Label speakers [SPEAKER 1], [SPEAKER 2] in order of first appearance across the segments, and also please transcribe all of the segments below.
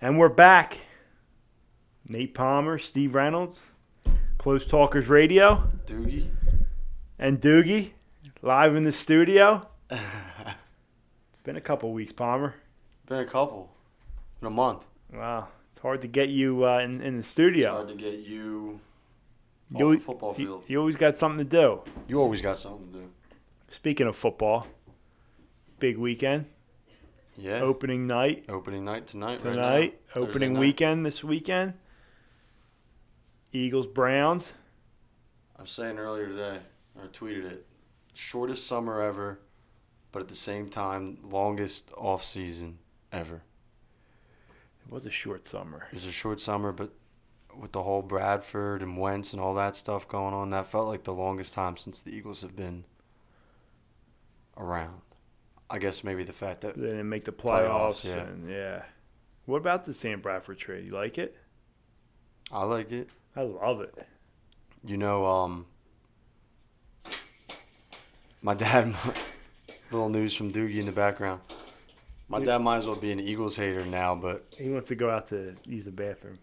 [SPEAKER 1] And we're back. Nate Palmer, Steve Reynolds, Close Talkers Radio,
[SPEAKER 2] Doogie.
[SPEAKER 1] and Doogie live in the studio. it's been a couple weeks, Palmer.
[SPEAKER 2] Been a couple. In a month.
[SPEAKER 1] Wow, it's hard to get you uh, in, in the
[SPEAKER 2] It's
[SPEAKER 1] studio.
[SPEAKER 2] hard to get you off
[SPEAKER 1] You,
[SPEAKER 2] the football
[SPEAKER 1] you-
[SPEAKER 2] field. You,
[SPEAKER 1] you always got something to do.
[SPEAKER 2] always got something to do.
[SPEAKER 1] Speaking of football, big weekend,
[SPEAKER 2] Yeah.
[SPEAKER 1] opening night
[SPEAKER 2] opening night tonight. right now.
[SPEAKER 1] tonight,
[SPEAKER 2] Thursday
[SPEAKER 1] opening
[SPEAKER 2] night.
[SPEAKER 1] weekend this weekend. Eagles Browns.
[SPEAKER 2] I was saying earlier today, or tweeted it, shortest summer ever, but at the same time, longest off season ever.
[SPEAKER 1] It was a short summer.
[SPEAKER 2] It was a short summer, but with the whole Bradford and Wentz and all that stuff going on, that felt like the longest time since the Eagles have been around. I guess maybe the fact that
[SPEAKER 1] They didn't make the playoffs.
[SPEAKER 2] Playoffs, yeah.
[SPEAKER 1] And, yeah. What about the Sam Bradford trade? You like it?
[SPEAKER 2] I like it.
[SPEAKER 1] I love it.
[SPEAKER 2] You know, um, my dad. little news from Doogie in the background. My dad might as well be an Eagles hater now, but
[SPEAKER 1] He wants to go out to use the bathroom.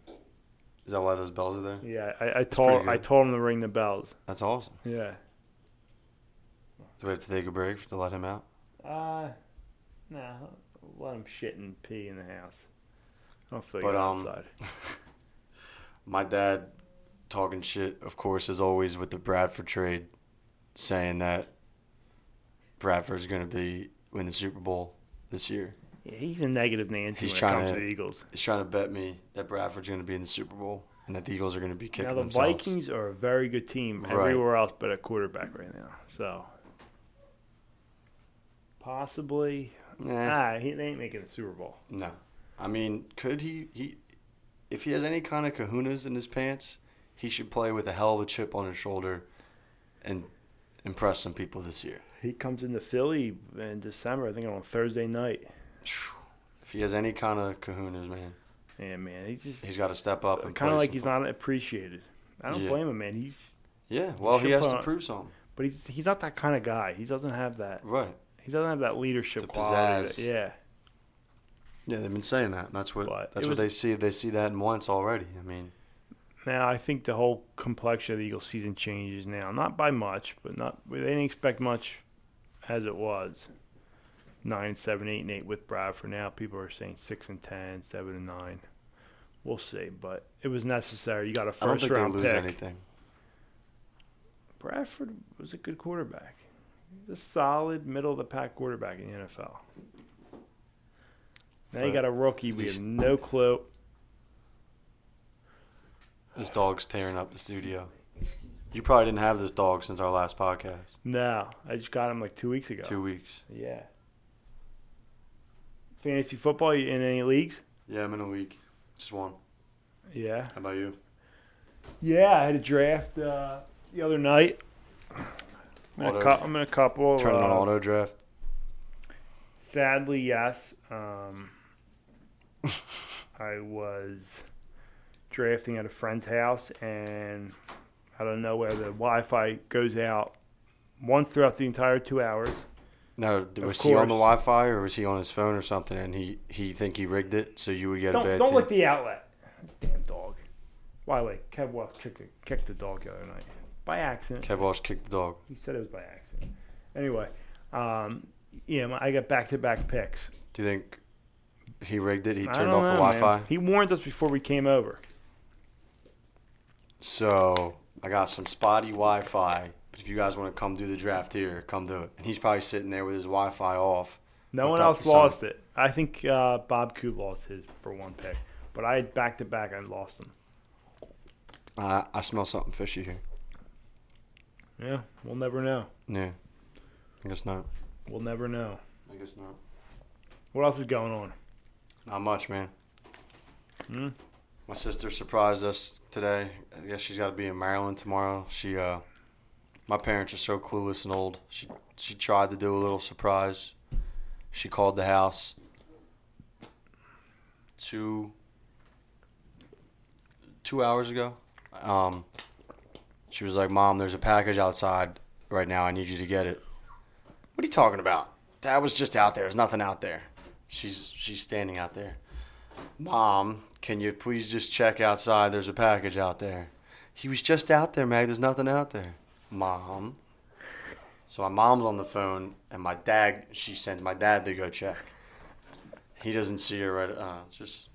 [SPEAKER 2] is that why those bells are there?
[SPEAKER 1] Yeah, I, I told
[SPEAKER 2] pretty
[SPEAKER 1] I
[SPEAKER 2] good.
[SPEAKER 1] told him to ring the bells.
[SPEAKER 2] That's awesome.
[SPEAKER 1] Yeah.
[SPEAKER 2] Do we have to take a break to let him out?
[SPEAKER 1] Uh, nah. Let him shit and pee in the house. I don't feel
[SPEAKER 2] But,
[SPEAKER 1] good
[SPEAKER 2] um,
[SPEAKER 1] outside.
[SPEAKER 2] My dad talking shit, of course, as always with the Bradford trade, saying that Bradford's going to be win the Super Bowl this year.
[SPEAKER 1] Yeah, he's a negative Nancy
[SPEAKER 2] He's
[SPEAKER 1] when it
[SPEAKER 2] trying
[SPEAKER 1] comes to,
[SPEAKER 2] to
[SPEAKER 1] the Eagles.
[SPEAKER 2] He's trying to bet me that Bradford's going to be in the Super Bowl and that the Eagles are going to be kicking
[SPEAKER 1] Now the
[SPEAKER 2] themselves.
[SPEAKER 1] Vikings are a very good team
[SPEAKER 2] Right.
[SPEAKER 1] everywhere else but at quarterback right now. So possibly,
[SPEAKER 2] Nah.
[SPEAKER 1] ah, he, they ain't making the Super Bowl.
[SPEAKER 2] No. I mean, could he he if he has any kind of kahunas in his pants, he should play with a hell of a chip on his shoulder and impress some people this year.
[SPEAKER 1] He comes into Philly in December, I think on Thursday night.
[SPEAKER 2] Phew. If he has any kind of kahunas, man,
[SPEAKER 1] Yeah, man, he just
[SPEAKER 2] he's got to step up and
[SPEAKER 1] kind of
[SPEAKER 2] play
[SPEAKER 1] like
[SPEAKER 2] some
[SPEAKER 1] he's
[SPEAKER 2] fo-
[SPEAKER 1] not appreciated. I don't
[SPEAKER 2] Yeah.
[SPEAKER 1] blame him, man. He's
[SPEAKER 2] Yeah, well,
[SPEAKER 1] should
[SPEAKER 2] he has
[SPEAKER 1] put
[SPEAKER 2] to
[SPEAKER 1] on-
[SPEAKER 2] prove something.
[SPEAKER 1] but he's he's not that kind of guy. He doesn't have that.
[SPEAKER 2] Right.
[SPEAKER 1] He doesn't have that leadership
[SPEAKER 2] The
[SPEAKER 1] quality.
[SPEAKER 2] pizzazz.
[SPEAKER 1] that- yeah,
[SPEAKER 2] Yeah, they've been saying that. That's what
[SPEAKER 1] But
[SPEAKER 2] that's
[SPEAKER 1] it was-
[SPEAKER 2] what they see. They see that in once already. I mean,
[SPEAKER 1] Now I think the whole complexion of the Eagles season changes now. Not by much, but not they didn't expect much as it was. Nine, seven, eight, and eight with Bradford. Now people are saying six and ten, seven and nine. We'll see, but it was necessary. You got a
[SPEAKER 2] I don't
[SPEAKER 1] first
[SPEAKER 2] think they
[SPEAKER 1] round
[SPEAKER 2] lose
[SPEAKER 1] pick.
[SPEAKER 2] anything.
[SPEAKER 1] Bradford was a good quarterback. He's a solid middle of the pack quarterback in the NFL. Now you
[SPEAKER 2] But
[SPEAKER 1] got a rookie. We
[SPEAKER 2] he's-
[SPEAKER 1] have no clue.
[SPEAKER 2] This dog's tearing up the studio. You probably didn't have this dog since our last podcast.
[SPEAKER 1] No, I just got him like two weeks ago.
[SPEAKER 2] Two weeks.
[SPEAKER 1] Yeah. Fantasy football you in any leagues?
[SPEAKER 2] Yeah, I'm in a league. Just one.
[SPEAKER 1] Yeah.
[SPEAKER 2] How about you?
[SPEAKER 1] Yeah, I had a draft uh, the other night. I'm in, a
[SPEAKER 2] Auto-
[SPEAKER 1] cou- I'm in a couple.
[SPEAKER 2] Turning on
[SPEAKER 1] uh,
[SPEAKER 2] auto draft.
[SPEAKER 1] Sadly, yes. Um, I was drafting at a friend's house, and I don't know where the Wi-Fi goes out once throughout the entire two hours.
[SPEAKER 2] No, was
[SPEAKER 1] Of
[SPEAKER 2] he on the
[SPEAKER 1] course.
[SPEAKER 2] Wi-Fi or was he on his phone or something? And he he think he rigged it, so you would get a
[SPEAKER 1] Don't
[SPEAKER 2] bad
[SPEAKER 1] don't
[SPEAKER 2] team.
[SPEAKER 1] lick the outlet. Damn dog. Why like Kev Walk kicked, kicked the dog the other night by accident.
[SPEAKER 2] Kev Walsh kicked the dog.
[SPEAKER 1] He said it was by accident. Anyway, um, yeah, my- I got back-to-back picks.
[SPEAKER 2] Do you think he rigged it? He
[SPEAKER 1] I
[SPEAKER 2] turned
[SPEAKER 1] don't
[SPEAKER 2] off the
[SPEAKER 1] know, man.
[SPEAKER 2] Wi-Fi.
[SPEAKER 1] He warned us before we came over.
[SPEAKER 2] So I got some spotty Wi-Fi. But if you guys want to come do the draft here, come do it. And he's probably sitting there with his Wi-Fi off.
[SPEAKER 1] No one
[SPEAKER 2] Without
[SPEAKER 1] else
[SPEAKER 2] the sun.
[SPEAKER 1] lost it. I think uh, Bob Coop lost his for one pick, but I had back-to-back. I lost them.
[SPEAKER 2] I I smell something fishy here.
[SPEAKER 1] Yeah, we'll never know.
[SPEAKER 2] Yeah, I guess not.
[SPEAKER 1] We'll never know.
[SPEAKER 2] I guess not.
[SPEAKER 1] What else is going on?
[SPEAKER 2] Not much, man.
[SPEAKER 1] Hmm.
[SPEAKER 2] My sister surprised us today. I guess she's got to be in Maryland tomorrow. She, uh, my parents are so clueless and old. She, she tried to do a little surprise. She called the house. Two, two hours ago, um, she was like, "Mom, there's a package outside right now. I need you to get it." What are you talking about? That was just out there. There's nothing out there. She's she's standing out there. Mom, can you please just check outside? There's a package out there. He was just out there, Meg. There's nothing out there. Mom. So my mom's on the phone, and my dad, she sends my dad to go check. He doesn't see her right. Uh, just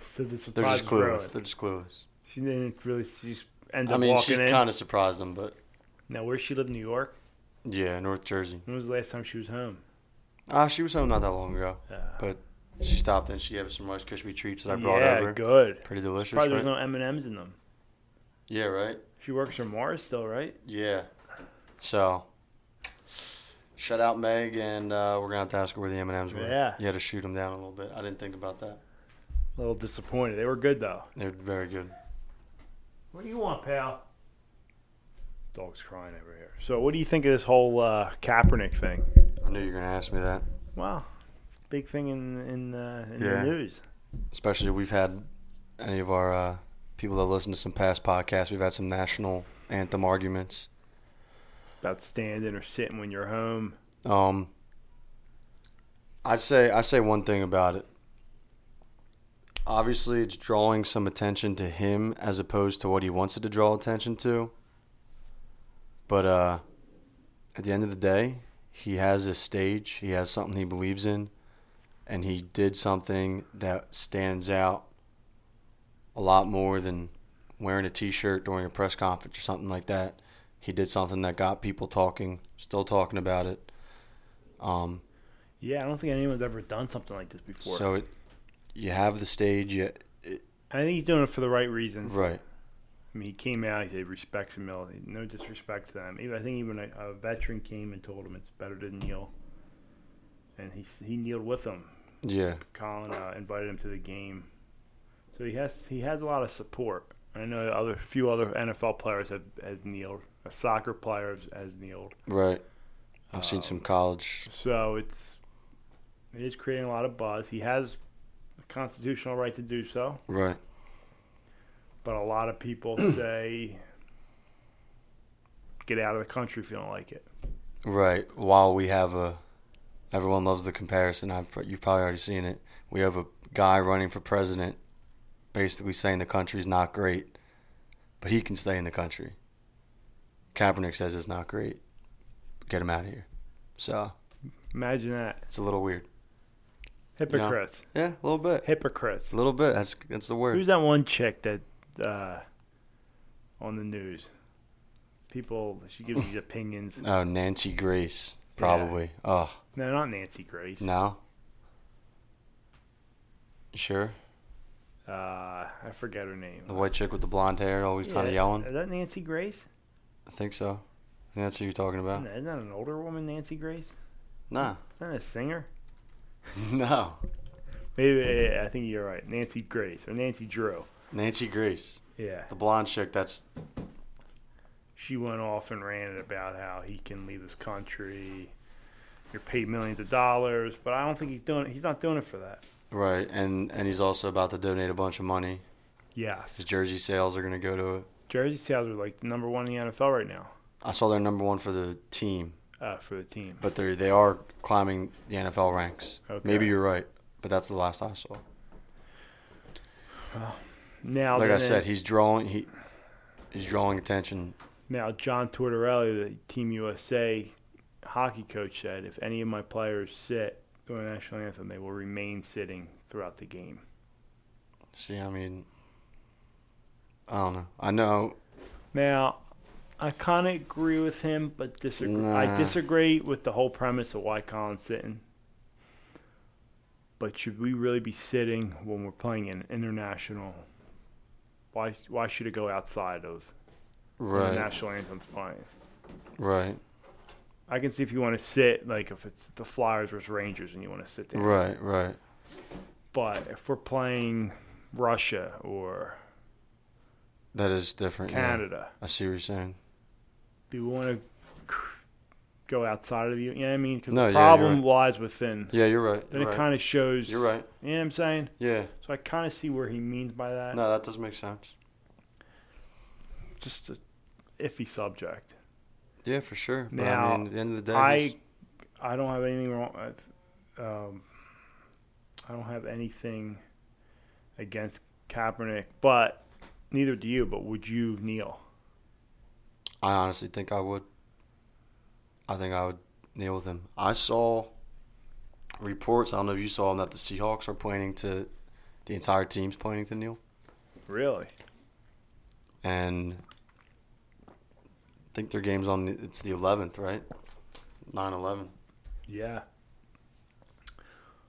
[SPEAKER 1] So the
[SPEAKER 2] they're
[SPEAKER 1] surprise
[SPEAKER 2] just
[SPEAKER 1] is
[SPEAKER 2] clueless.
[SPEAKER 1] ruined.
[SPEAKER 2] They're just clueless.
[SPEAKER 1] She didn't really. She just ends
[SPEAKER 2] I
[SPEAKER 1] up
[SPEAKER 2] mean, she
[SPEAKER 1] walking in.
[SPEAKER 2] kind of surprised them, but
[SPEAKER 1] Now, where she lived in New York?
[SPEAKER 2] yeah, North Jersey.
[SPEAKER 1] When was the last time she was home?
[SPEAKER 2] Ah, she was home not that long ago,
[SPEAKER 1] Uh,
[SPEAKER 2] but she stopped and she gave us some Rice Krispie treats that I brought
[SPEAKER 1] yeah,
[SPEAKER 2] over.
[SPEAKER 1] good.
[SPEAKER 2] Pretty delicious,
[SPEAKER 1] Probably
[SPEAKER 2] right?
[SPEAKER 1] there's no M and M's in them.
[SPEAKER 2] yeah, right.
[SPEAKER 1] She works for Mars still, right?
[SPEAKER 2] Yeah. So, shut out Meg, and uh, we're gonna have to ask her where the M and M's were.
[SPEAKER 1] Yeah.
[SPEAKER 2] you had to shoot them down a little bit. I didn't think about that.
[SPEAKER 1] A little disappointed. They were good though.
[SPEAKER 2] They're very good.
[SPEAKER 1] What do you want, pal? Dog's crying over here. So, what do you think of this whole uh, Kaepernick thing?
[SPEAKER 2] I knew you were gonna ask me that.
[SPEAKER 1] Wow, it's a big thing in in, uh, in
[SPEAKER 2] Yeah.
[SPEAKER 1] the news.
[SPEAKER 2] Especially we've had any of our uh, people that listen to some past podcasts. We've had some national anthem arguments.
[SPEAKER 1] About standing or sitting when you're home.
[SPEAKER 2] Um, I'd say I say one thing about it. Obviously, it's drawing some attention to him as opposed to what he wants it to draw attention to. But uh, at the end of the day, he has a stage. He has something he believes in, and he did something that stands out a lot more than wearing a T-shirt during a press conference or something like that. He did something that got people talking, still talking about it. Um,
[SPEAKER 1] Yeah, I don't think anyone's ever done something like this before.
[SPEAKER 2] so it, you have the stage, you,
[SPEAKER 1] I think he's doing it for the right reasons.
[SPEAKER 2] right?
[SPEAKER 1] I mean, he came out. He said, he "Respects the military. No disrespect to them." Even I think even a, a veteran came and told him it's better to kneel, and he s- he kneeled with them.
[SPEAKER 2] Yeah,
[SPEAKER 1] Colin uh, invited him to the game, so he has he has a lot of support. I know other few other NFL players have, have kneeled. A soccer player has, has kneeled.
[SPEAKER 2] right. I've seen some college.
[SPEAKER 1] So it's it is creating a lot of buzz. He has a constitutional right to do so.
[SPEAKER 2] Right.
[SPEAKER 1] but a lot of people say get out of the country if you don't like it.
[SPEAKER 2] Right. While we have a, everyone loves the comparison. I've pro- you've probably already seen it. We have a guy running for president, basically saying the country's not great, but he can stay in the country. Kaepernick says it's not great. Get him out of here. So
[SPEAKER 1] Imagine that.
[SPEAKER 2] it's a little weird.
[SPEAKER 1] Hypocrites.
[SPEAKER 2] Yeah, a little bit.
[SPEAKER 1] Hypocrites.
[SPEAKER 2] A little bit. That's that's the word.
[SPEAKER 1] Who's that one chick that uh, on the news? People she gives these opinions.
[SPEAKER 2] Oh, Nancy Grace, probably. Oh,
[SPEAKER 1] No, not Nancy Grace.
[SPEAKER 2] no. You Sure.
[SPEAKER 1] Uh, I forget her name.
[SPEAKER 2] The white chick with the blonde hair, always kind of
[SPEAKER 1] Yeah,
[SPEAKER 2] yelling.
[SPEAKER 1] Is that Nancy Grace?
[SPEAKER 2] I think so. I think that's who you're talking about.
[SPEAKER 1] No, isn't that an older woman, Nancy Grace?
[SPEAKER 2] No,
[SPEAKER 1] Is that a singer?
[SPEAKER 2] no.
[SPEAKER 1] Maybe yeah, I think you're right. Nancy Grace or Nancy Drew.
[SPEAKER 2] Nancy Grace,
[SPEAKER 1] Yeah.
[SPEAKER 2] the blonde chick. That's
[SPEAKER 1] she went off and ranted about how he can leave this country. You're paid millions of dollars, but I don't think he's doing. He's not doing it for that.
[SPEAKER 2] right, and and he's also about to donate a bunch of money.
[SPEAKER 1] Yes,
[SPEAKER 2] His jersey sales are gonna go to it.
[SPEAKER 1] jersey sales are like the number one in the NFL right now
[SPEAKER 2] I saw they're number one for the team,
[SPEAKER 1] uh, for the team.
[SPEAKER 2] but they they are climbing the NFL ranks.
[SPEAKER 1] Okay.
[SPEAKER 2] Maybe you're right, but that's the last I saw.
[SPEAKER 1] Now,
[SPEAKER 2] Like I
[SPEAKER 1] then-
[SPEAKER 2] said, he's drawing he he's drawing attention.
[SPEAKER 1] now John Tortorella, the Team USA hockey coach, said if any of my players sit during the national anthem, they will remain sitting throughout the game.
[SPEAKER 2] See, I mean, I don't know. I know
[SPEAKER 1] Now, I kind of agree with him, but disagree. I
[SPEAKER 2] Nah.
[SPEAKER 1] disagree with the whole premise of why Colin's sitting. But should we really be sitting when we're playing an international? Why why should it go outside of when the
[SPEAKER 2] right,
[SPEAKER 1] national anthem's playing?
[SPEAKER 2] right,
[SPEAKER 1] I can see if you want to sit, like if it's the Flyers versus Rangers, and you want to sit down.
[SPEAKER 2] right, right,
[SPEAKER 1] But if we're playing Russia or
[SPEAKER 2] that is different. yeah.
[SPEAKER 1] Canada,
[SPEAKER 2] I see what you're saying.
[SPEAKER 1] do we want to go outside of the? You know what I mean? Because
[SPEAKER 2] No, yeah,
[SPEAKER 1] the
[SPEAKER 2] you're
[SPEAKER 1] problem
[SPEAKER 2] right.
[SPEAKER 1] lies within.
[SPEAKER 2] Yeah, you're right.
[SPEAKER 1] Then
[SPEAKER 2] You're
[SPEAKER 1] it
[SPEAKER 2] right.
[SPEAKER 1] kind of shows.
[SPEAKER 2] You're right.
[SPEAKER 1] You know what I'm saying?
[SPEAKER 2] Yeah.
[SPEAKER 1] So I kind of see where he means by that.
[SPEAKER 2] No, that does make sense.
[SPEAKER 1] Just a iffy subject.
[SPEAKER 2] Yeah, for sure. But
[SPEAKER 1] Now,
[SPEAKER 2] I mean, at the end of the day,
[SPEAKER 1] I
[SPEAKER 2] he's-
[SPEAKER 1] I don't have anything wrong. With, um, I don't have anything against Kaepernick, but neither do you. But would you kneel?
[SPEAKER 2] I honestly think I would. I think I would kneel with him. I saw reports. I don't know if you saw them that the Seahawks are planning to. The entire team's planning to kneel,
[SPEAKER 1] Really?
[SPEAKER 2] and I think their game's on. The, it's the 11th, right? 9-11.
[SPEAKER 1] Yeah.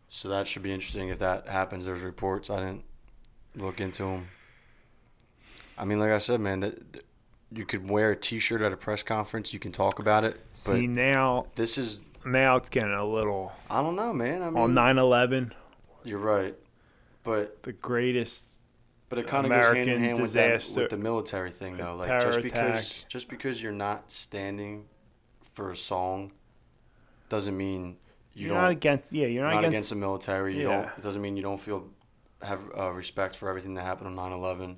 [SPEAKER 2] So that should be interesting if that happens. There's reports. I didn't look into them. I mean, like I said, man, that that- you could wear a T-shirt at a press conference. You can talk about it, but
[SPEAKER 1] See now,
[SPEAKER 2] this is
[SPEAKER 1] now it's getting a little
[SPEAKER 2] I don't know, man. I mean,
[SPEAKER 1] on 9/11,
[SPEAKER 2] you're right, but
[SPEAKER 1] the greatest.
[SPEAKER 2] but it kind of goes hand in
[SPEAKER 1] American
[SPEAKER 2] hand with that
[SPEAKER 1] disaster-
[SPEAKER 2] with the military thing, though. Like
[SPEAKER 1] terror
[SPEAKER 2] just because
[SPEAKER 1] attack.
[SPEAKER 2] just because you're not standing for a song doesn't mean you
[SPEAKER 1] You're
[SPEAKER 2] don't
[SPEAKER 1] not against. Yeah, you're not,
[SPEAKER 2] not
[SPEAKER 1] against.
[SPEAKER 2] against the military. You don't.
[SPEAKER 1] Yeah.
[SPEAKER 2] It doesn't mean you don't feel have uh, respect for everything that happened on 9/11.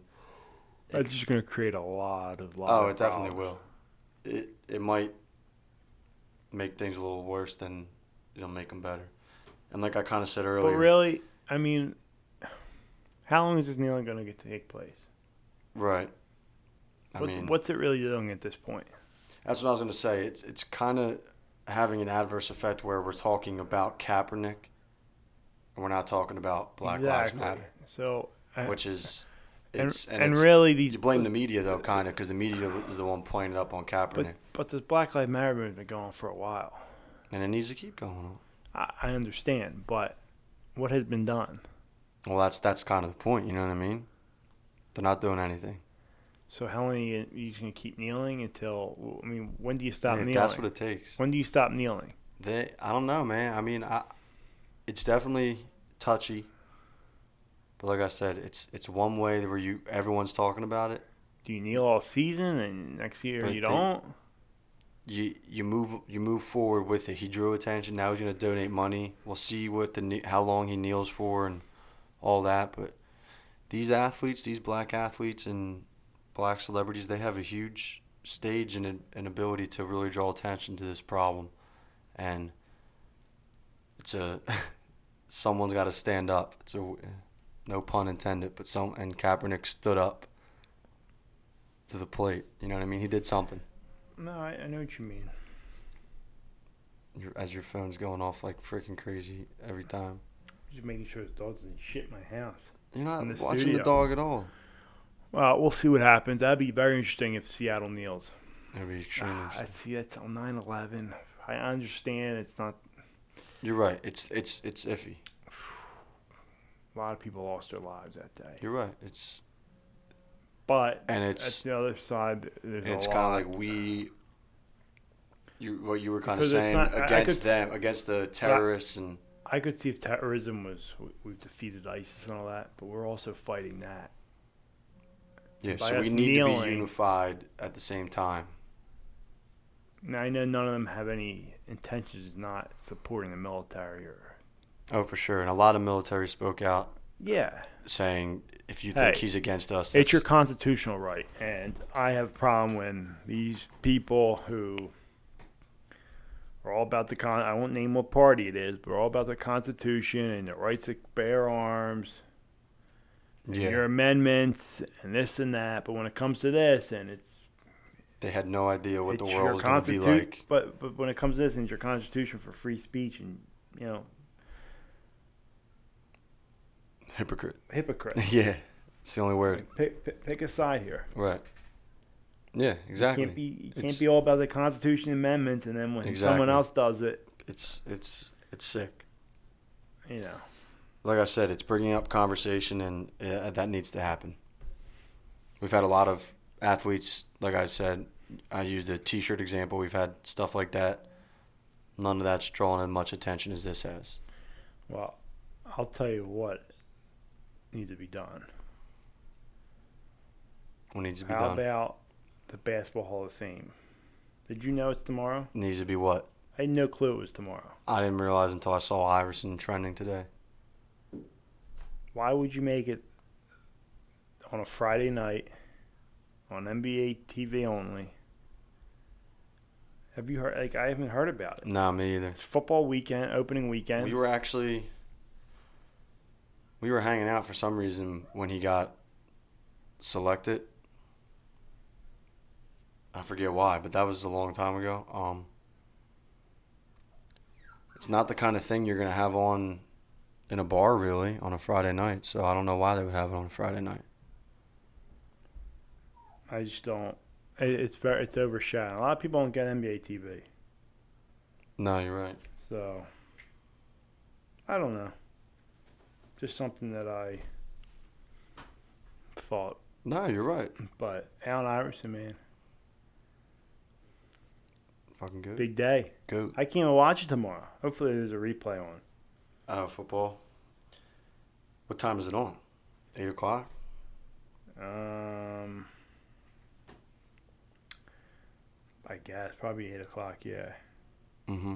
[SPEAKER 1] That's just going to create a lot of. Lot
[SPEAKER 2] Oh,
[SPEAKER 1] of
[SPEAKER 2] it definitely
[SPEAKER 1] problems.
[SPEAKER 2] will. It it might make things a little worse than it'll make them better. And like I kind of said earlier,
[SPEAKER 1] But really, I mean, how long is this kneeling going to get to take place?
[SPEAKER 2] right? I
[SPEAKER 1] What,
[SPEAKER 2] mean,
[SPEAKER 1] what's it really doing at this point?
[SPEAKER 2] that's what I was going to say. It's it's kind of having an adverse effect where we're talking about Kaepernick, and we're not talking about Black Lives
[SPEAKER 1] So,
[SPEAKER 2] Matter, which is
[SPEAKER 1] and,
[SPEAKER 2] it's
[SPEAKER 1] and,
[SPEAKER 2] it's-
[SPEAKER 1] really these
[SPEAKER 2] You blame the media though, kind of, because the media is the one playing it up on Kaepernick,
[SPEAKER 1] But, but this Black Lives Matter movement's been going for a while.
[SPEAKER 2] and it needs to keep going on.
[SPEAKER 1] I, I understand, but what has been done?
[SPEAKER 2] Well, that's that's kind of the point. You know what I mean? They're not doing anything.
[SPEAKER 1] So how long are you, are you just gonna keep kneeling until? I mean, when do you stop
[SPEAKER 2] Yeah,
[SPEAKER 1] kneeling?
[SPEAKER 2] that's what it takes.
[SPEAKER 1] when do you stop kneeling?
[SPEAKER 2] They, I don't know, man. I mean, I, it's definitely touchy. But like I said, it's it's one way where you everyone's talking about it.
[SPEAKER 1] Do you kneel all season and next year
[SPEAKER 2] But
[SPEAKER 1] you
[SPEAKER 2] they-
[SPEAKER 1] don't?
[SPEAKER 2] You you move you move forward with it. He drew attention. Now he's gonna donate money. We'll see what the kne- how long he kneels for and all that. But these athletes, these black athletes and black celebrities, they have a huge stage and a- an ability to really draw attention to this problem. And it's a someone's got to stand up. It's a no pun intended, but some and Kaepernick stood up to the plate. You know what I mean? He did something.
[SPEAKER 1] No, I, I know what you mean.
[SPEAKER 2] Your, as your phone's going off like freaking crazy every time.
[SPEAKER 1] Just making sure the dogs didn't shit my house.
[SPEAKER 2] You're not
[SPEAKER 1] In the
[SPEAKER 2] watching the
[SPEAKER 1] studio.
[SPEAKER 2] dog at all.
[SPEAKER 1] Uh, Well, we'll see what happens. That'd be very interesting if Seattle kneels.
[SPEAKER 2] That'd be extreme.
[SPEAKER 1] Ah, I see that's on 9-11. I understand it's not.
[SPEAKER 2] You're right. It's it's it's iffy.
[SPEAKER 1] A lot of people lost their lives that day,
[SPEAKER 2] You're right. It's
[SPEAKER 1] but
[SPEAKER 2] and
[SPEAKER 1] that's
[SPEAKER 2] it's
[SPEAKER 1] the other side. There's
[SPEAKER 2] and it's
[SPEAKER 1] a
[SPEAKER 2] kind
[SPEAKER 1] lot.
[SPEAKER 2] of like we. You what you were kind of
[SPEAKER 1] Because it's
[SPEAKER 2] saying
[SPEAKER 1] not- I- I could
[SPEAKER 2] against
[SPEAKER 1] s-
[SPEAKER 2] them, against the terrorists and
[SPEAKER 1] I could see if terrorism was we- we've defeated ISIS and all that, but we're also fighting that.
[SPEAKER 2] yeah.
[SPEAKER 1] by
[SPEAKER 2] So we
[SPEAKER 1] us
[SPEAKER 2] need to
[SPEAKER 1] kneeling-
[SPEAKER 2] be unified at the same time.
[SPEAKER 1] Now I know none of them have any intentions of not supporting the military or
[SPEAKER 2] Oh, for sure. And a lot of military spoke out
[SPEAKER 1] yeah,
[SPEAKER 2] saying, if you think
[SPEAKER 1] Hey,
[SPEAKER 2] he's against us,
[SPEAKER 1] it's your
[SPEAKER 2] that's-
[SPEAKER 1] constitutional right, and I have a problem when these people who are all about the con. I won't name what party it is, but are all about the Constitution and the rights to bear arms. and
[SPEAKER 2] yeah.
[SPEAKER 1] Your amendments and this and that, but when it comes to this, and it's
[SPEAKER 2] They had no idea what the
[SPEAKER 1] It's
[SPEAKER 2] world
[SPEAKER 1] your
[SPEAKER 2] was going to be
[SPEAKER 1] constitu-
[SPEAKER 2] like.
[SPEAKER 1] But but when it comes to this, and it's your Constitution for free speech, and you know,
[SPEAKER 2] Hypocrite.
[SPEAKER 1] hypocrite.
[SPEAKER 2] yeah, it's the only word.
[SPEAKER 1] pick, pick pick a side here.
[SPEAKER 2] Right. Yeah,
[SPEAKER 1] You
[SPEAKER 2] exactly.
[SPEAKER 1] can't be you can't
[SPEAKER 2] It's-
[SPEAKER 1] be all about the Constitution amendments, and then when someone
[SPEAKER 2] Exactly.
[SPEAKER 1] else does it,
[SPEAKER 2] It's it's it's sick.
[SPEAKER 1] you know.
[SPEAKER 2] Like I said, it's bringing up conversation, and uh, that needs to happen. We've had a lot of athletes. Like I said, I used a T-shirt example. We've had stuff like that. None of that's drawing as much attention as this has.
[SPEAKER 1] Well, I'll tell you what needs to be done.
[SPEAKER 2] What needs to be
[SPEAKER 1] How
[SPEAKER 2] done?
[SPEAKER 1] about the Basketball Hall of Fame? Did you know it's tomorrow?
[SPEAKER 2] Needs to be what?
[SPEAKER 1] I had no clue it was tomorrow.
[SPEAKER 2] I didn't realize until I saw Iverson trending today.
[SPEAKER 1] Why would you make it on a Friday night on NBA TV only? Have you heard? Like I haven't heard about it.
[SPEAKER 2] No, me either.
[SPEAKER 1] It's football weekend, opening weekend.
[SPEAKER 2] We were actually we were hanging out for some reason when he got selected. I forget why, but that was a long time ago. Um, it's not the kind of thing you're gonna have on in a bar, really, on a Friday night. So I don't know why they would have it on a Friday night.
[SPEAKER 1] I just don't. it- It's very it's overshadowed. A lot of people don't get NBA TV,
[SPEAKER 2] No, you're right.
[SPEAKER 1] so I don't know. Just something that I thought,
[SPEAKER 2] No, you're right.
[SPEAKER 1] but Allen Iverson, man,
[SPEAKER 2] Fucking good.
[SPEAKER 1] big day.
[SPEAKER 2] Goat.
[SPEAKER 1] I can't even watch it tomorrow. Hopefully, there's a replay on.
[SPEAKER 2] Uh, football. What time is it on? Eight o'clock.
[SPEAKER 1] Um, I guess probably eight o'clock. Yeah,
[SPEAKER 2] Mm-hmm.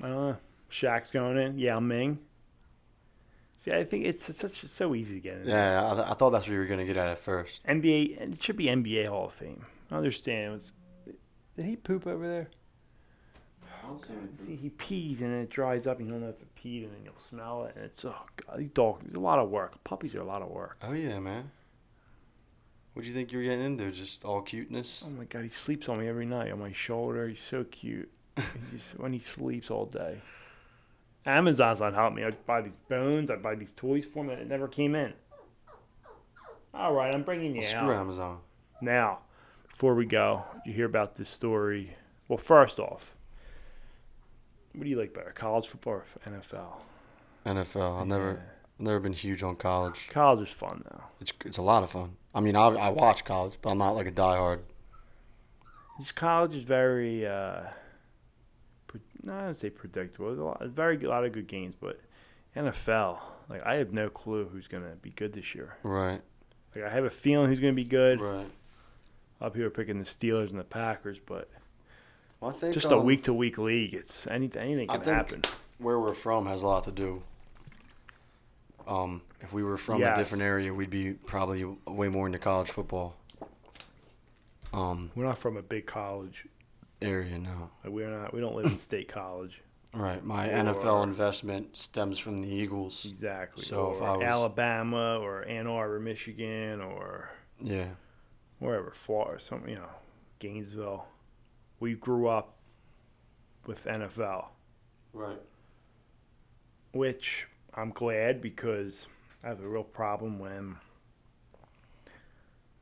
[SPEAKER 1] I don't know. Uh, Shaq's going in. Yao Ming. See, I think it's such it's so easy to get in.
[SPEAKER 2] Yeah, I, I thought that's what you were gonna get at at first.
[SPEAKER 1] NBA. It should be NBA Hall of Fame. I understand. It was, did he poop over there? See, he pees and then it dries up. And you don't know if it peed, and then you'll smell it. And it's oh god, these dogs. It's a lot of work. Puppies are a lot of work.
[SPEAKER 2] Oh yeah, man. What do you think you're getting into? Just all cuteness?
[SPEAKER 1] Oh my god, he sleeps on me every night on my shoulder. He's so cute. He just, when he sleeps all day. Amazon's not helping me. I buy these bones. I buy these toys for him, and it never came in. All right, I'm bringing you
[SPEAKER 2] Well,
[SPEAKER 1] out.
[SPEAKER 2] screw Amazon.
[SPEAKER 1] Now, before we go, you hear about this story. Well, first off, what do you like better, college football or NFL?
[SPEAKER 2] NFL. I've never, never been huge on college.
[SPEAKER 1] College is fun though.
[SPEAKER 2] It's it's a lot of fun. I mean, I, I watch college, but I'm not like a diehard.
[SPEAKER 1] Just college is very, uh, pre- no, I would say predictable. There's a lot, very good, a lot of good games, but NFL, like I have no clue who's gonna be good this year.
[SPEAKER 2] Right.
[SPEAKER 1] Like I have a feeling who's gonna be good.
[SPEAKER 2] Right.
[SPEAKER 1] A lot of people are picking the Steelers and the Packers, but
[SPEAKER 2] Well, I think
[SPEAKER 1] just a
[SPEAKER 2] um,
[SPEAKER 1] week to week league, it's anything anything
[SPEAKER 2] I
[SPEAKER 1] can
[SPEAKER 2] think-
[SPEAKER 1] happen.
[SPEAKER 2] where we're from has a lot to do. Um, if we were from
[SPEAKER 1] Yes.
[SPEAKER 2] a different area, we'd be probably way more into college football. Um,
[SPEAKER 1] We're not from a big college.
[SPEAKER 2] area now.
[SPEAKER 1] Like we're not. We don't live in state college.
[SPEAKER 2] Right. My
[SPEAKER 1] Or-
[SPEAKER 2] NFL investment stems from the Eagles.
[SPEAKER 1] Exactly.
[SPEAKER 2] So
[SPEAKER 1] or
[SPEAKER 2] if I was-
[SPEAKER 1] Alabama or Ann Arbor, Michigan, or
[SPEAKER 2] Yeah.
[SPEAKER 1] wherever, Florida, something you know, Gainesville. We grew up with NFL,
[SPEAKER 2] Right.
[SPEAKER 1] which I'm glad because I have a real problem when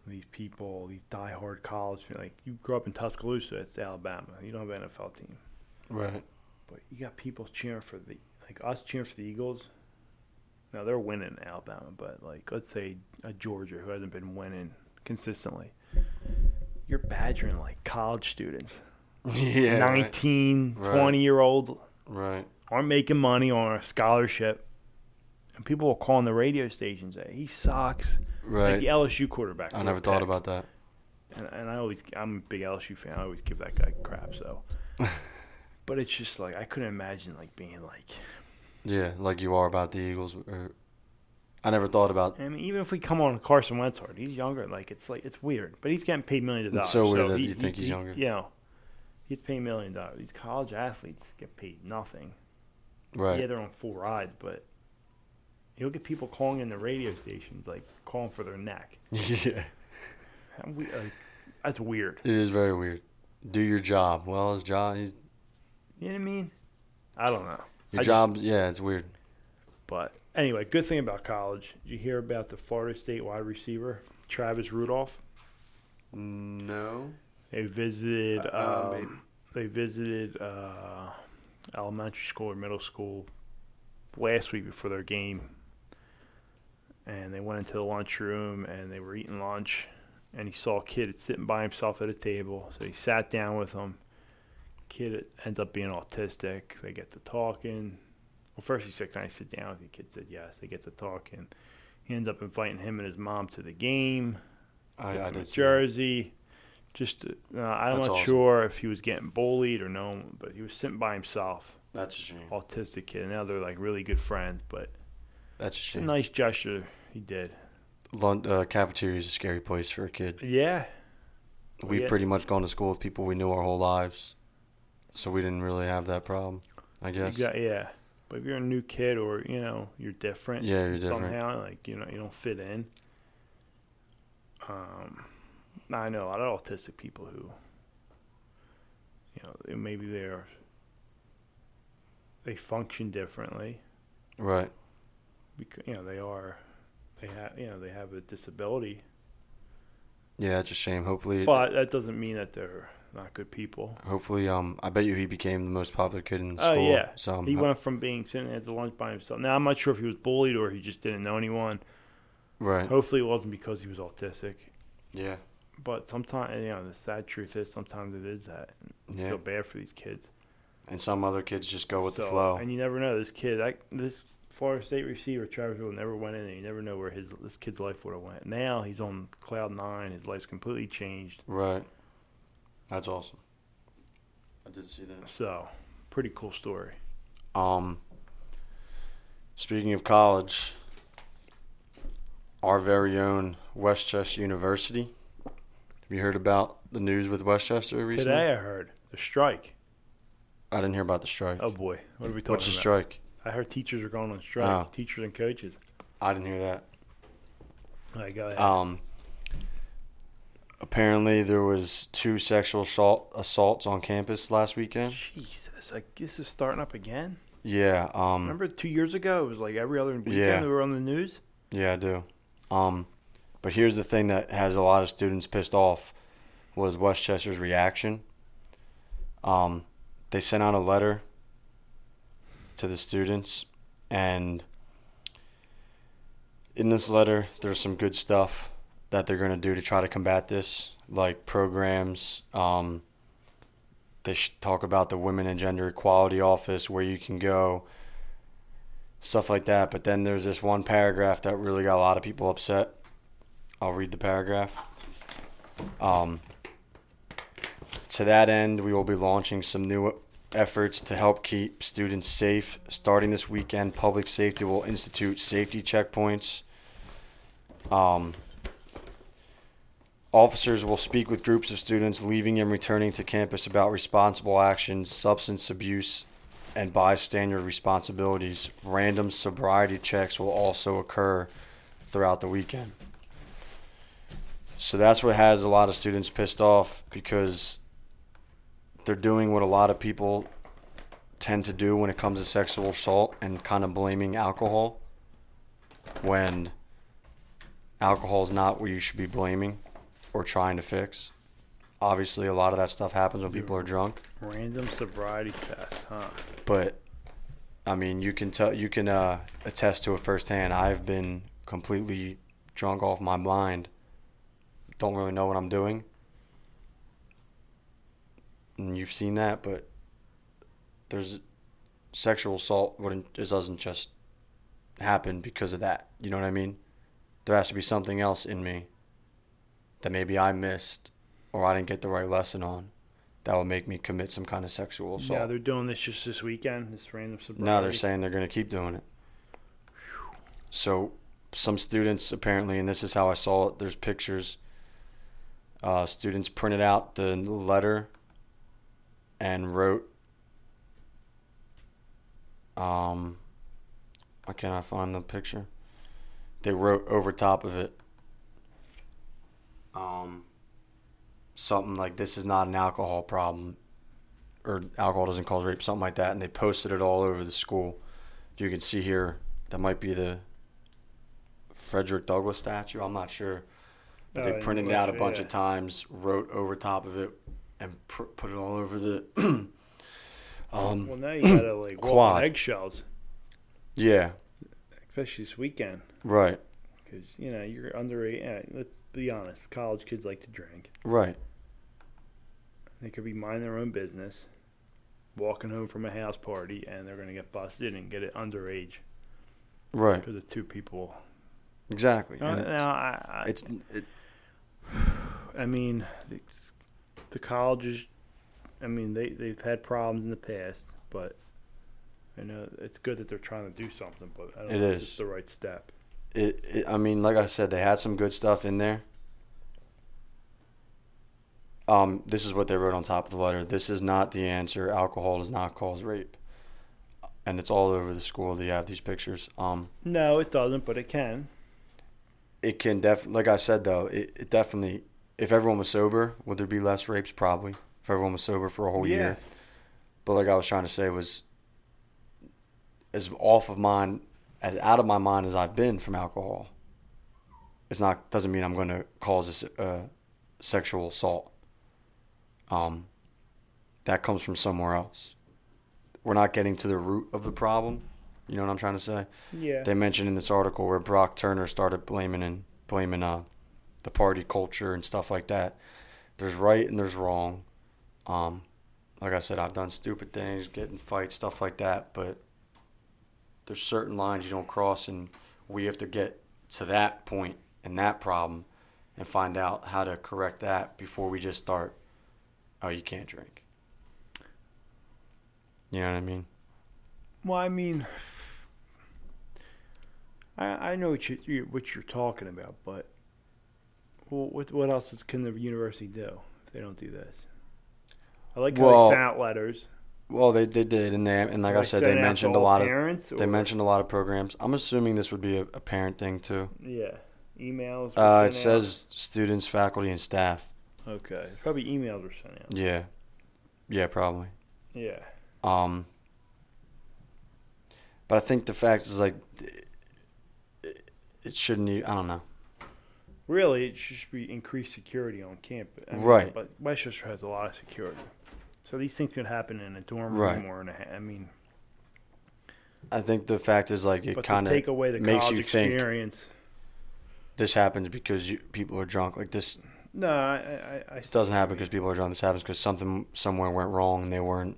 [SPEAKER 1] these people, these diehard college, like you grew up in Tuscaloosa, it's Alabama. You don't have an NFL team.
[SPEAKER 2] Right.
[SPEAKER 1] But you got people cheering for the like us cheering for the Eagles. Now they're winning in Alabama, but like let's say a Georgia who hasn't been winning consistently. You're badgering like college students,
[SPEAKER 2] yeah. Right.
[SPEAKER 1] 19,
[SPEAKER 2] Right.
[SPEAKER 1] 20 year olds
[SPEAKER 2] right.
[SPEAKER 1] aren't making money on a scholarship. And people will call on the radio stations that he sucks. Like
[SPEAKER 2] Right.
[SPEAKER 1] the LSU quarterback.
[SPEAKER 2] I
[SPEAKER 1] who
[SPEAKER 2] never
[SPEAKER 1] was
[SPEAKER 2] thought
[SPEAKER 1] picked.
[SPEAKER 2] about that.
[SPEAKER 1] and, and I always I'm a big LSU fan. I always give that guy crap. So, but it's just like I couldn't imagine like being like.
[SPEAKER 2] Yeah, like you are about the Eagles. Or, I never thought about.
[SPEAKER 1] I mean, even if we come on Carson Wentz hard, he's younger. Like it's like it's weird, but he's getting paid millions of dollars.
[SPEAKER 2] It's so weird that you think he's younger.
[SPEAKER 1] You know, he's paid million dollars. These college athletes get paid nothing.
[SPEAKER 2] Right.
[SPEAKER 1] Yeah, they're on full rides, but you'll get people calling in the radio stations, like calling for their neck.
[SPEAKER 2] yeah.
[SPEAKER 1] How we- like, that's weird.
[SPEAKER 2] It is very weird. Do your job. Well, his job. He's,
[SPEAKER 1] You know what I mean? I don't know.
[SPEAKER 2] your
[SPEAKER 1] I just-
[SPEAKER 2] job. yeah, it's weird.
[SPEAKER 1] But anyway, good thing about college. Did you hear about the Florida State wide receiver Travis Rudolph?
[SPEAKER 2] No.
[SPEAKER 1] They visited.
[SPEAKER 2] Uh,
[SPEAKER 1] um,
[SPEAKER 2] maybe.
[SPEAKER 1] they visited uh, elementary school or middle school last week before their game, and they went into the lunchroom and they were eating lunch, and he saw a kid sitting by himself at a table, so he sat down with him. Kid ends up being autistic. They get to talking. Well, first he said, "Can I sit down?" with you?" The kid said, "Yes." They get to talking. He ends up inviting him and his mom to the game.
[SPEAKER 2] I,
[SPEAKER 1] It's
[SPEAKER 2] I
[SPEAKER 1] in
[SPEAKER 2] did. see that.
[SPEAKER 1] Jersey. Just uh, I'm not
[SPEAKER 2] That's awesome.
[SPEAKER 1] sure if he was getting bullied or no, but he was sitting by himself,
[SPEAKER 2] That's a shame.
[SPEAKER 1] autistic kid. And now they're like really good friends, but it's
[SPEAKER 2] That's a
[SPEAKER 1] a
[SPEAKER 2] shame.
[SPEAKER 1] nice gesture he did.
[SPEAKER 2] Lon- uh, cafeteria is a scary place for a kid.
[SPEAKER 1] Yeah,
[SPEAKER 2] We've
[SPEAKER 1] yeah.
[SPEAKER 2] pretty much gone to school with people we knew our whole lives, so we didn't really have that problem. I guess.
[SPEAKER 1] exa- yeah. But if you're a new kid or you know you're different,
[SPEAKER 2] Yeah, you're different.
[SPEAKER 1] somehow like you know you don't fit in. Um, I know a lot of autistic people who, you know, maybe they're they function differently
[SPEAKER 2] Right.
[SPEAKER 1] because you know they are they have you know they have a disability,
[SPEAKER 2] Yeah, it's a shame. Hopefully,
[SPEAKER 1] but that doesn't mean that they're not good people.
[SPEAKER 2] hopefully, um, I bet you he became the most popular kid in
[SPEAKER 1] Oh,
[SPEAKER 2] school.
[SPEAKER 1] yeah.
[SPEAKER 2] So um,
[SPEAKER 1] he
[SPEAKER 2] ho-
[SPEAKER 1] went from being sitting at the lunch by himself. Now I'm not sure if he was bullied or he just didn't know anyone.
[SPEAKER 2] right.
[SPEAKER 1] Hopefully it wasn't because he was autistic.
[SPEAKER 2] Yeah.
[SPEAKER 1] But sometimes you know the sad truth is sometimes it is that. I
[SPEAKER 2] Yeah.
[SPEAKER 1] Feel bad for these kids.
[SPEAKER 2] And some other kids just go with the
[SPEAKER 1] So-
[SPEAKER 2] flow.
[SPEAKER 1] And you never know this kid. I, this Florida State receiver Travis Rule never went in, and you never know where his this kid's life would have went. Now he's on cloud nine. His life's completely changed.
[SPEAKER 2] Right. That's awesome. I did see that.
[SPEAKER 1] So pretty cool story.
[SPEAKER 2] Um, speaking of college, our very own Westchester University. Have you heard about the news with Westchester recently?
[SPEAKER 1] Today I heard the strike.
[SPEAKER 2] I didn't hear about the strike.
[SPEAKER 1] Oh boy, what are we talking
[SPEAKER 2] What's the
[SPEAKER 1] about?
[SPEAKER 2] strike?
[SPEAKER 1] I heard teachers are going on strike.
[SPEAKER 2] Oh.
[SPEAKER 1] Teachers and coaches.
[SPEAKER 2] I didn't hear that.
[SPEAKER 1] All right, go ahead.
[SPEAKER 2] Um, apparently there was two sexual assault assaults on campus last weekend.
[SPEAKER 1] Jesus, like this is starting up again.
[SPEAKER 2] Yeah. Um.
[SPEAKER 1] Remember two years ago, it was like every other weekend
[SPEAKER 2] Yeah.
[SPEAKER 1] we were on the news.
[SPEAKER 2] Yeah, I do. Um, but here's the thing that has a lot of students pissed off was Westchester's reaction. Um, they sent out a letter to the students, and in this letter, there's some good stuff that they're going to do to try to combat this, like programs. Um, they should talk about the Women and Gender Equality Office, where you can go stuff like that. But then there's this one paragraph that really got a lot of people upset. I'll read the paragraph. Um, to that end, we will be launching some new efforts to help keep students safe. Starting this weekend, public safety will institute safety checkpoints. Um, officers will speak with groups of students leaving and returning to campus about responsible actions, substance abuse, and bystander responsibilities. Random sobriety checks will also occur throughout the weekend. So that's what has a lot of students pissed off because they're doing what a lot of people tend to do when it comes to sexual assault and kind of blaming alcohol when alcohol is not what you should be blaming or trying to fix. Obviously, a lot of that stuff happens when people are drunk
[SPEAKER 1] Random sobriety test, huh?
[SPEAKER 2] but I mean, you can tell, you can uh, attest to it firsthand. I've been completely drunk off my mind. Don't really know what I'm doing, and you've seen that. But there's sexual assault wouldn't it doesn't just happen because of that. You know what I mean? There has to be something else in me that maybe I missed or I didn't get the right lesson on that would make me commit some kind of sexual assault.
[SPEAKER 1] yeah, they're doing this just this weekend. This random sobriety.
[SPEAKER 2] No, they're saying they're going to keep doing it. So, some students apparently, and this is how I saw it. There's pictures. Uh, students printed out the letter and wrote. Um, why can't I find the picture? They wrote over top of it. Um, something like this is not an alcohol problem or alcohol doesn't cause rape, something like that, and they posted it all over the school. If you can see here, that might be the Frederick Douglass statue. I'm not sure,
[SPEAKER 1] Oh,
[SPEAKER 2] but they
[SPEAKER 1] in
[SPEAKER 2] printed it
[SPEAKER 1] English,
[SPEAKER 2] out a bunch
[SPEAKER 1] yeah.
[SPEAKER 2] of times, wrote over top of it, and pr- put it all over the. um,
[SPEAKER 1] Well, now you gotta like walk
[SPEAKER 2] Quad.
[SPEAKER 1] on eggshells,
[SPEAKER 2] yeah,
[SPEAKER 1] especially this weekend,
[SPEAKER 2] right,
[SPEAKER 1] because you know you're under eight. Yeah, let's be honest, college kids like to drink.
[SPEAKER 2] right,
[SPEAKER 1] They could be minding their own business, walking home from a house party, and they're gonna get busted and get it underage
[SPEAKER 2] right,
[SPEAKER 1] because of two people.
[SPEAKER 2] exactly.
[SPEAKER 1] No,
[SPEAKER 2] and
[SPEAKER 1] no, I, I,
[SPEAKER 2] it's it,
[SPEAKER 1] I mean, it's, the colleges. I mean, they they've had problems in the past, but I know it's good that they're trying to do something. But I don't
[SPEAKER 2] It
[SPEAKER 1] know if
[SPEAKER 2] is.
[SPEAKER 1] it's the right step.
[SPEAKER 2] it, it. I mean, like I said, they had some good stuff in there. Um, this is what they wrote on top of the letter. This is not the answer. Alcohol does not cause rape. and it's all over the school that you have these pictures. Um,
[SPEAKER 1] No, it doesn't, but it can.
[SPEAKER 2] it can definitely, like I said though, it, it definitely. If everyone was sober, would there be less rapes? Probably. If everyone was sober for a whole year. But like I was trying to say was, as off of mine, as out of my mind as I've been from alcohol. It's not doesn't mean I'm going to cause this uh, sexual assault. Um, that comes from somewhere else. We're not getting to the root of the problem. You know what I'm trying to say?
[SPEAKER 1] Yeah.
[SPEAKER 2] They mentioned in this article where Brock Turner started blaming and blaming uh, the party culture and stuff like that. There's right and there's wrong. Um, like I said, I've done stupid things, getting fights, stuff like that. But there's certain lines you don't cross, and we have to get to that point and that problem, and find out how to correct that before we just start. Oh, you can't drink. You know what I mean?
[SPEAKER 1] Well, I mean, I I know what you, you what you're talking about, but well, what what else is, can the university do if they don't do this? I like how
[SPEAKER 2] Well,
[SPEAKER 1] they sent out letters.
[SPEAKER 2] Well, they, they did, and they and like I said, they
[SPEAKER 1] sent out to
[SPEAKER 2] mentioned a
[SPEAKER 1] all
[SPEAKER 2] lot of
[SPEAKER 1] parents.
[SPEAKER 2] They
[SPEAKER 1] or-
[SPEAKER 2] mentioned a lot of programs. I'm assuming this would be a, a parent thing too.
[SPEAKER 1] yeah, emails. were
[SPEAKER 2] Uh, it
[SPEAKER 1] sent out.
[SPEAKER 2] says students, faculty, and staff.
[SPEAKER 1] okay. Probably emails were sent out.
[SPEAKER 2] Yeah, yeah, probably.
[SPEAKER 1] Yeah,
[SPEAKER 2] Um, but I think the fact is like, it, it shouldn't. e- I don't know.
[SPEAKER 1] really, it should be increased security on campus. I mean,
[SPEAKER 2] Right.
[SPEAKER 1] But Westchester has a lot of security, so these things could happen in a dorm room
[SPEAKER 2] Right.
[SPEAKER 1] or in a. ha- I mean,
[SPEAKER 2] I think the fact is like it
[SPEAKER 1] but
[SPEAKER 2] kind
[SPEAKER 1] to take
[SPEAKER 2] of
[SPEAKER 1] away the
[SPEAKER 2] makes
[SPEAKER 1] college
[SPEAKER 2] you think-
[SPEAKER 1] experience.
[SPEAKER 2] this happens because you, people are drunk. Like this
[SPEAKER 1] No, I, I, I
[SPEAKER 2] This doesn't happen because people are drunk. This happens because something somewhere went wrong and they weren't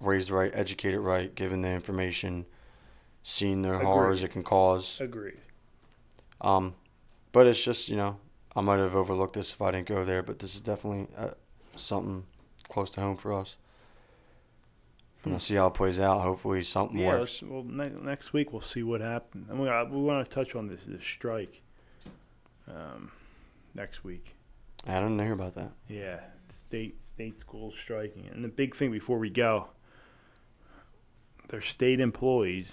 [SPEAKER 2] raised right, educated right, given the information, seen their horrors it can cause.
[SPEAKER 1] agree.
[SPEAKER 2] Um, but it's just you know I might have overlooked this if I didn't go there, but this is definitely uh, something close to home for us. And we'll see how it plays out. Hopefully, something
[SPEAKER 1] Hmm. Yeah,
[SPEAKER 2] works.
[SPEAKER 1] let's, well, ne- next week we'll see what happens. And we, I, we want to touch on this, this strike um, next week.
[SPEAKER 2] I didn't hear about that.
[SPEAKER 1] Yeah, state state schools striking, and the big thing before we go, they're state employees,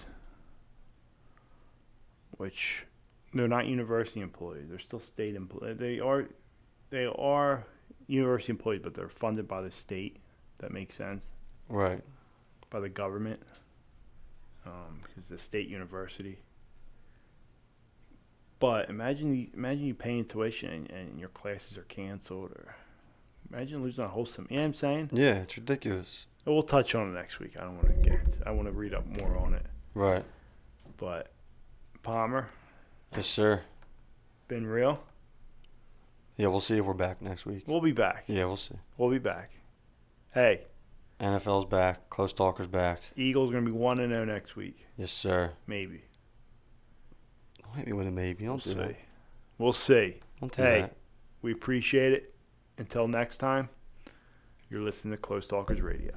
[SPEAKER 1] which they're not university employees. They're still state employees. They are, they are university employees, but they're funded by the state. That makes sense.
[SPEAKER 2] Right.
[SPEAKER 1] by the government um, because the state university. But imagine you- imagine you paying tuition and, and your classes are canceled, or imagine losing a whole sem. You know what I'm saying?
[SPEAKER 2] Yeah, it's ridiculous.
[SPEAKER 1] We'll touch on it next week. I don't want to get. I want to read up more on it.
[SPEAKER 2] Right.
[SPEAKER 1] But Palmer,
[SPEAKER 2] Yes, sir.
[SPEAKER 1] been real.
[SPEAKER 2] Yeah, we'll see if we're back next week.
[SPEAKER 1] We'll be back.
[SPEAKER 2] Yeah, we'll see.
[SPEAKER 1] We'll be back. Hey,
[SPEAKER 2] NFL's back. Close Talker's back.
[SPEAKER 1] Eagles gonna be one and zero next week,
[SPEAKER 2] Yes, sir.
[SPEAKER 1] maybe.
[SPEAKER 2] Don't hit me with a maybe.
[SPEAKER 1] We'll
[SPEAKER 2] Don't do
[SPEAKER 1] see.
[SPEAKER 2] that.
[SPEAKER 1] We'll see.
[SPEAKER 2] Don't do
[SPEAKER 1] Hey.
[SPEAKER 2] that.
[SPEAKER 1] We appreciate it. Until next time, you're listening to Close Talkers Radio.